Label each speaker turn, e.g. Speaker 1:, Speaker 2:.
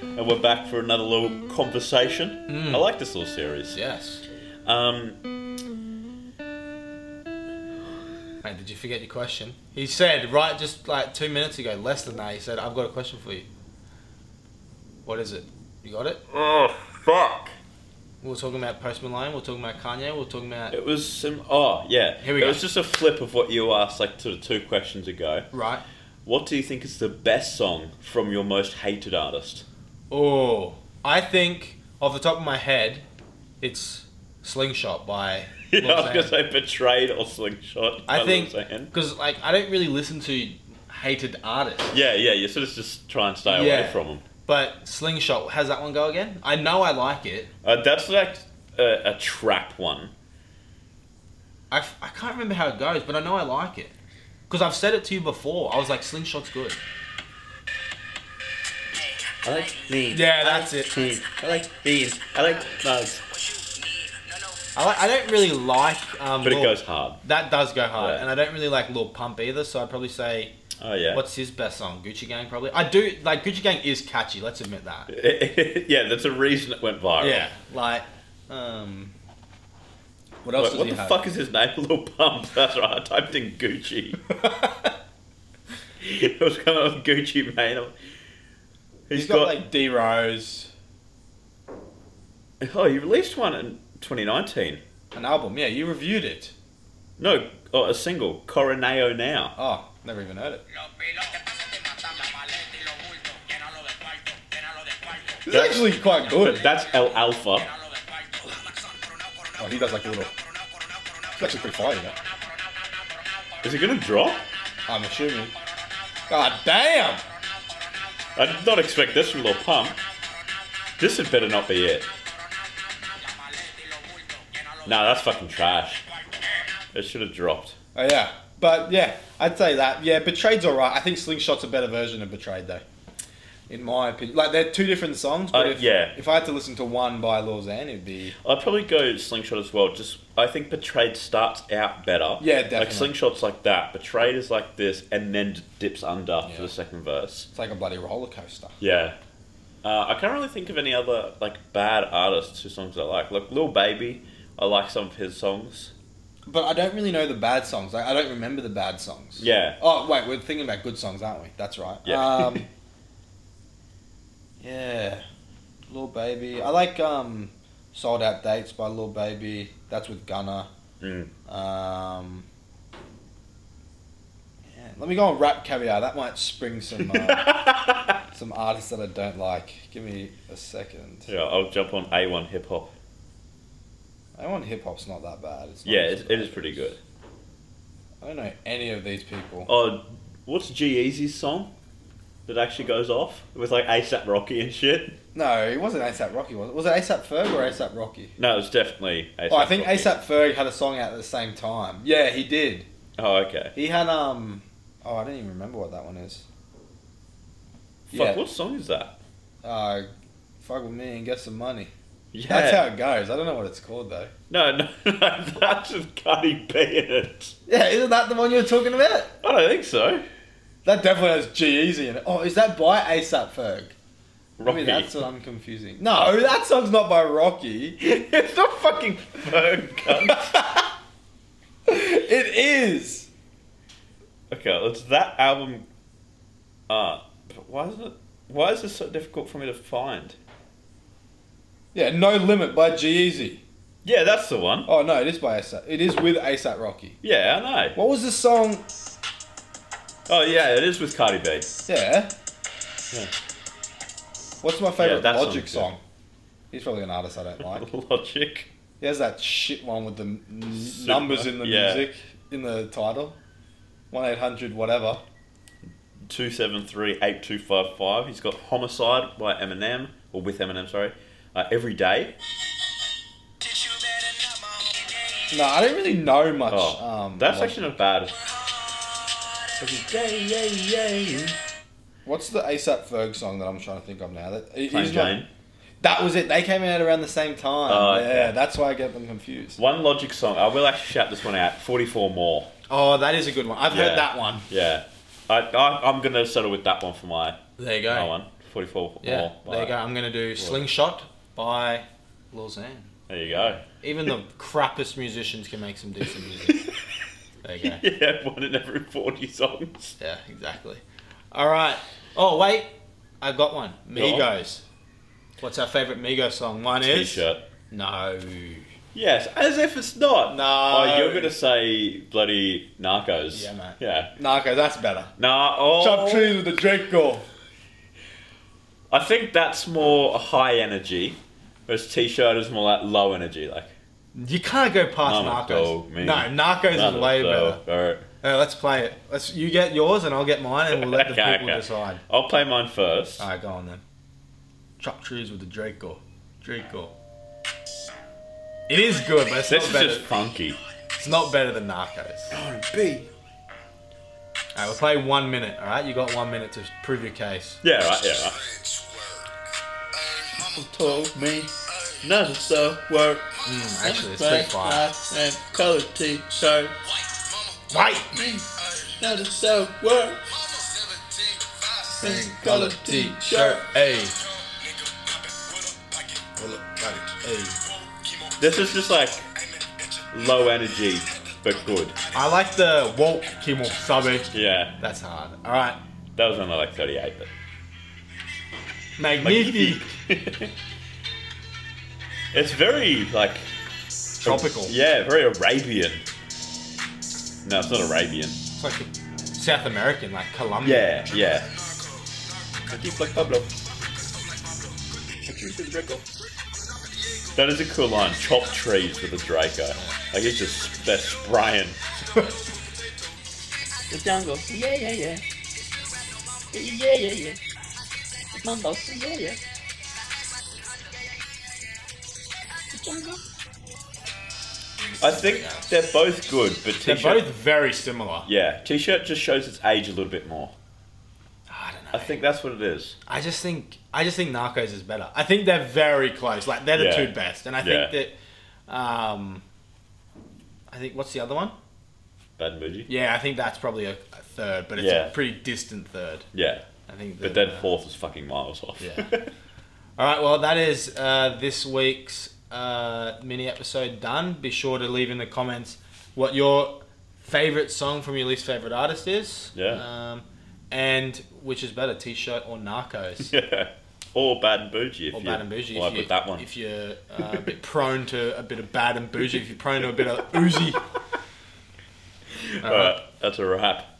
Speaker 1: and we're back for another little conversation.
Speaker 2: Hmm.
Speaker 1: I like this little series.
Speaker 2: Yes.
Speaker 1: Um,
Speaker 2: Mate, did you forget your question? He said, right, just like two minutes ago, less than that, he said, I've got a question for you. What is it? You got it?
Speaker 1: oh fuck!
Speaker 2: We were talking about Post Malone, we were talking about Kanye, we were talking about.
Speaker 1: It was some. Oh yeah.
Speaker 2: Here we
Speaker 1: it
Speaker 2: go.
Speaker 1: was just a flip of what you asked, like sort of two questions ago.
Speaker 2: Right.
Speaker 1: What do you think is the best song from your most hated artist?
Speaker 2: Oh, I think off the top of my head, it's Slingshot by.
Speaker 1: Yeah, I
Speaker 2: Lil
Speaker 1: was gonna
Speaker 2: Xan.
Speaker 1: say Betrayed or Slingshot. by
Speaker 2: I
Speaker 1: Lil
Speaker 2: think
Speaker 1: Xan.
Speaker 2: because like I don't really listen to hated artists,
Speaker 1: Yeah, yeah. You sort of just try and stay away
Speaker 2: Yeah.
Speaker 1: from them.
Speaker 2: but Slingshot how's that one go again? I know I like it.
Speaker 1: Uh, that's like a, a trap one.
Speaker 2: I, f- I can't remember how it goes, but I know I like it because I've said it to you before. I was like Slingshot's good.
Speaker 1: I like me.
Speaker 2: Yeah, that's it.
Speaker 1: I like these. I like
Speaker 2: uh,
Speaker 1: mugs.
Speaker 2: I like I don't really like um,
Speaker 1: But it
Speaker 2: Lil-
Speaker 1: goes hard.
Speaker 2: that does go hard,
Speaker 1: Yeah.
Speaker 2: and I don't really like Lil Pump either. So I'd probably say
Speaker 1: Oh yeah.
Speaker 2: what's his best song? Gucci Gang probably. I do like Gucci Gang is catchy. Let's admit that.
Speaker 1: yeah, that's a reason it went viral.
Speaker 2: Yeah, like um. What
Speaker 1: Wait,
Speaker 2: else does
Speaker 1: what
Speaker 2: he
Speaker 1: the
Speaker 2: have?
Speaker 1: fuck is his name? Little Pump. That's right. I typed in Gucci. it was coming up with Gucci Mane.
Speaker 2: He's got, like D Rose,
Speaker 1: Oh, he released one in 2019.
Speaker 2: an album. Yeah, you reviewed it.
Speaker 1: No, oh, a single, Coroneo Now.
Speaker 2: Oh, never even heard it. It's
Speaker 1: That's-
Speaker 2: actually quite good.
Speaker 1: That's El Alpha.
Speaker 3: Oh, he does like a little. It's actually pretty fire, you know.
Speaker 1: Is it gonna drop?
Speaker 2: I'm assuming. God damn!
Speaker 1: I did not expect this from Little Pump. This had better not be it. Nah, that's fucking trash. It should have dropped.
Speaker 2: Oh yeah, but yeah, I'd say that. Yeah, Betrayed's alright. I think Slingshot's a better version of Betrayed though, in my opinion. Like they're two different songs, but
Speaker 1: Uh,
Speaker 2: if,
Speaker 1: yeah.
Speaker 2: if I had to listen to one by Lil Xan, it'd be
Speaker 1: I'd probably go Slingshot as well. Just I think Betrayed starts out better.
Speaker 2: Yeah, definitely.
Speaker 1: Like Slingshot's like that. Betrayed is like this, and then d- dips under for
Speaker 2: Yeah.
Speaker 1: the second verse.
Speaker 2: it's like a bloody roller coaster.
Speaker 1: Yeah. Uh, I can't really think of any other like bad artists whose songs I like. Like Lil Baby, I like some of his songs.
Speaker 2: But I don't really know the bad songs. Like, I don't remember the bad songs.
Speaker 1: Yeah.
Speaker 2: Oh wait, we're thinking about good songs, aren't we? That's right.
Speaker 1: Yeah.
Speaker 2: Um, yeah. Lil Baby. I like um, Sold Out Dates by Lil Baby. That's with Gunna.
Speaker 1: Mm.
Speaker 2: Um, yeah. Let me go on Rap Caviar. That might spring some uh,
Speaker 1: yeah,
Speaker 2: some artists that I don't like. Give me a second.
Speaker 1: I'll jump on A1 Hip Hop.
Speaker 2: I want hip hop's not that bad. It's not
Speaker 1: Yeah,
Speaker 2: as
Speaker 1: it, it is
Speaker 2: bad.
Speaker 1: pretty good.
Speaker 2: I don't know any of these people.
Speaker 1: Oh, what's G Eazy's song that actually goes off with like ASAP Rocky and shit?
Speaker 2: No, it wasn't ASAP Rocky, was it? Was it ASAP Ferg or ASAP Rocky?
Speaker 1: No, it's definitely ASAP.
Speaker 2: Oh, I think
Speaker 1: Rocky.
Speaker 2: ASAP Ferg had a song out at the same time. Yeah, he did.
Speaker 1: Oh, okay.
Speaker 2: He had um. Oh, I don't even remember what that one is.
Speaker 1: Fuck,
Speaker 2: yeah.
Speaker 1: what song is that?
Speaker 2: Uh, fuck with me and get some money.
Speaker 1: Yeah.
Speaker 2: That's how it goes. I don't know what it's called though.
Speaker 1: no, no, no, that's just Cardi B in it.
Speaker 2: Yeah, isn't that the one you were talking about?
Speaker 1: I don't think so.
Speaker 2: That definitely has G Easy in it. Oh, is that by ASAP Ferg?
Speaker 1: Rocky.
Speaker 2: Maybe that's what I'm confusing. No, that song's not by Rocky.
Speaker 1: it's not fucking Ferg. cunt.
Speaker 2: it is.
Speaker 1: okay, it's that album. Ah, but why is it? Why is this so difficult for me to find?
Speaker 2: Yeah, No Limit by G Easy.
Speaker 1: Yeah, that's the one.
Speaker 2: Oh no, it is by ASAP. It is with ASAP Rocky.
Speaker 1: Yeah, I know.
Speaker 2: What was the song?
Speaker 1: Oh, yeah, it is with Cardi B.
Speaker 2: Yeah.
Speaker 1: Yeah.
Speaker 2: What's my favorite
Speaker 1: that
Speaker 2: Logic
Speaker 1: song's good.
Speaker 2: song? He's probably an artist I don't like.
Speaker 1: Logic.
Speaker 2: He has that shit one with the n-
Speaker 1: Super-
Speaker 2: numbers in the
Speaker 1: yeah.
Speaker 2: music in the title. One eight hundred whatever.
Speaker 1: Two seven three eight two five five. He's got Homicide by Eminem, or with Eminem, sorry. Uh, Every day.
Speaker 2: No, I don't really know much.
Speaker 1: Oh,
Speaker 2: um,
Speaker 1: that's
Speaker 2: Logic.
Speaker 1: actually not bad. Every day, yeah, yeah.
Speaker 2: What's the ASAP Ferg song that I'm trying to think of now? That he-
Speaker 1: Plain
Speaker 2: he's not-
Speaker 1: Jane.
Speaker 2: that was it. They came out around the same time.
Speaker 1: Oh,
Speaker 2: yeah,
Speaker 1: okay.
Speaker 2: that's why I get them confused.
Speaker 1: One Logic song. I will actually shout this one out. Forty-four more.
Speaker 2: Oh, that is a good one. I've
Speaker 1: Yeah.
Speaker 2: heard that one.
Speaker 1: Yeah, I, I, I'm gonna settle with that one for my
Speaker 2: There you
Speaker 1: my one. 44
Speaker 2: Yeah,
Speaker 1: more.
Speaker 2: there you
Speaker 1: but-
Speaker 2: go. I'm gonna do Slingshot by Lil Xan.
Speaker 1: There you go.
Speaker 2: Even the crappest musicians can make some decent music. there you go.
Speaker 1: yeah, one in every 40 songs.
Speaker 2: Yeah, exactly. All right. Oh wait, I got one. Migos. What's our favorite Migos song? Mine is
Speaker 1: T-shirt.
Speaker 2: no.
Speaker 1: Yes, as if it's not.
Speaker 2: No.
Speaker 1: Oh, you're gonna say bloody Narcos.
Speaker 2: Yeah, mate.
Speaker 1: Yeah.
Speaker 2: Narco. That's better.
Speaker 1: Nah. Oh.
Speaker 2: with the Drake girl.
Speaker 1: I think that's more high energy, whereas T-shirt is more like low energy. Like
Speaker 2: You can't go past
Speaker 1: I'm a
Speaker 2: Narcos.
Speaker 1: dog, man.
Speaker 2: no, Narcos
Speaker 1: another
Speaker 2: is way better.
Speaker 1: dog. All right.
Speaker 2: All right, let's play it. Let's you get yours and I'll get mine, and we'll let the
Speaker 1: Okay,
Speaker 2: people
Speaker 1: okay.
Speaker 2: decide.
Speaker 1: I'll play mine first.
Speaker 2: All right, go on then. Chop trees with the Drake girl. Drake girl. It is good, but it's
Speaker 1: This
Speaker 2: not
Speaker 1: is
Speaker 2: better.
Speaker 1: just funky.
Speaker 2: It's not better than Narcos.
Speaker 1: B.
Speaker 2: All right, we'll play one minute. All right, you got one minute to prove your case.
Speaker 1: Yeah. Right. Yeah. Right. Told me none of the work.
Speaker 2: Mm, actually, it's pretty fire.
Speaker 1: And color T-shirt.
Speaker 2: White.
Speaker 1: None of the work.
Speaker 2: Pink Color t-shirt. Hey. Hey.
Speaker 1: This is just like low energy, but good.
Speaker 2: I like the Walt Kimmel subby.
Speaker 1: Yeah,
Speaker 2: That's hard. All right.
Speaker 1: that was only like 38, but.
Speaker 2: Magnifique.
Speaker 1: It's very, like.
Speaker 2: Tropical.
Speaker 1: Yeah, very Arabian. No, it's not Arabian.
Speaker 2: It's like South American, like Colombia.
Speaker 1: Yeah, yeah. That is a cool line. Chop trees with a Draco. Like, it's just they're spraying.
Speaker 4: The jungle. Yeah, yeah, yeah. Yeah, yeah, yeah. Mumbles. Yeah, yeah. The jungle.
Speaker 1: I think they're both good, but t
Speaker 2: They're
Speaker 1: shirt.
Speaker 2: both very similar.
Speaker 1: yeah, t shirt just shows its age a little bit more.
Speaker 2: I don't know.
Speaker 1: I think that's what it is.
Speaker 2: I just think I just think Narcos is better. I think they're very close. Like they're the
Speaker 1: Yeah.
Speaker 2: two best, and I
Speaker 1: Yeah.
Speaker 2: think that um, I think what's the other one?
Speaker 1: Bad Muji?
Speaker 2: Yeah, I think that's probably a, a third, but it's
Speaker 1: Yeah.
Speaker 2: a pretty distant third.
Speaker 1: Yeah.
Speaker 2: I think.
Speaker 1: But
Speaker 2: that,
Speaker 1: then
Speaker 2: uh,
Speaker 1: fourth is fucking miles off.
Speaker 2: Yeah. All right. Well, that is uh, this week's uh, mini episode done. Be sure to leave in the comments what your favorite song from your least favorite artist is.
Speaker 1: Yeah.
Speaker 2: Um, and which is better, T-shirt or Narcos?
Speaker 1: Yeah. Or bad and bougie if
Speaker 2: Or
Speaker 1: you
Speaker 2: bad and bougie.
Speaker 1: like
Speaker 2: if you,
Speaker 1: with that one.
Speaker 2: If you're uh, a bit prone to a bit of bad and bougie, if you're prone to a bit of oozy.
Speaker 1: Alright, that's a wrap.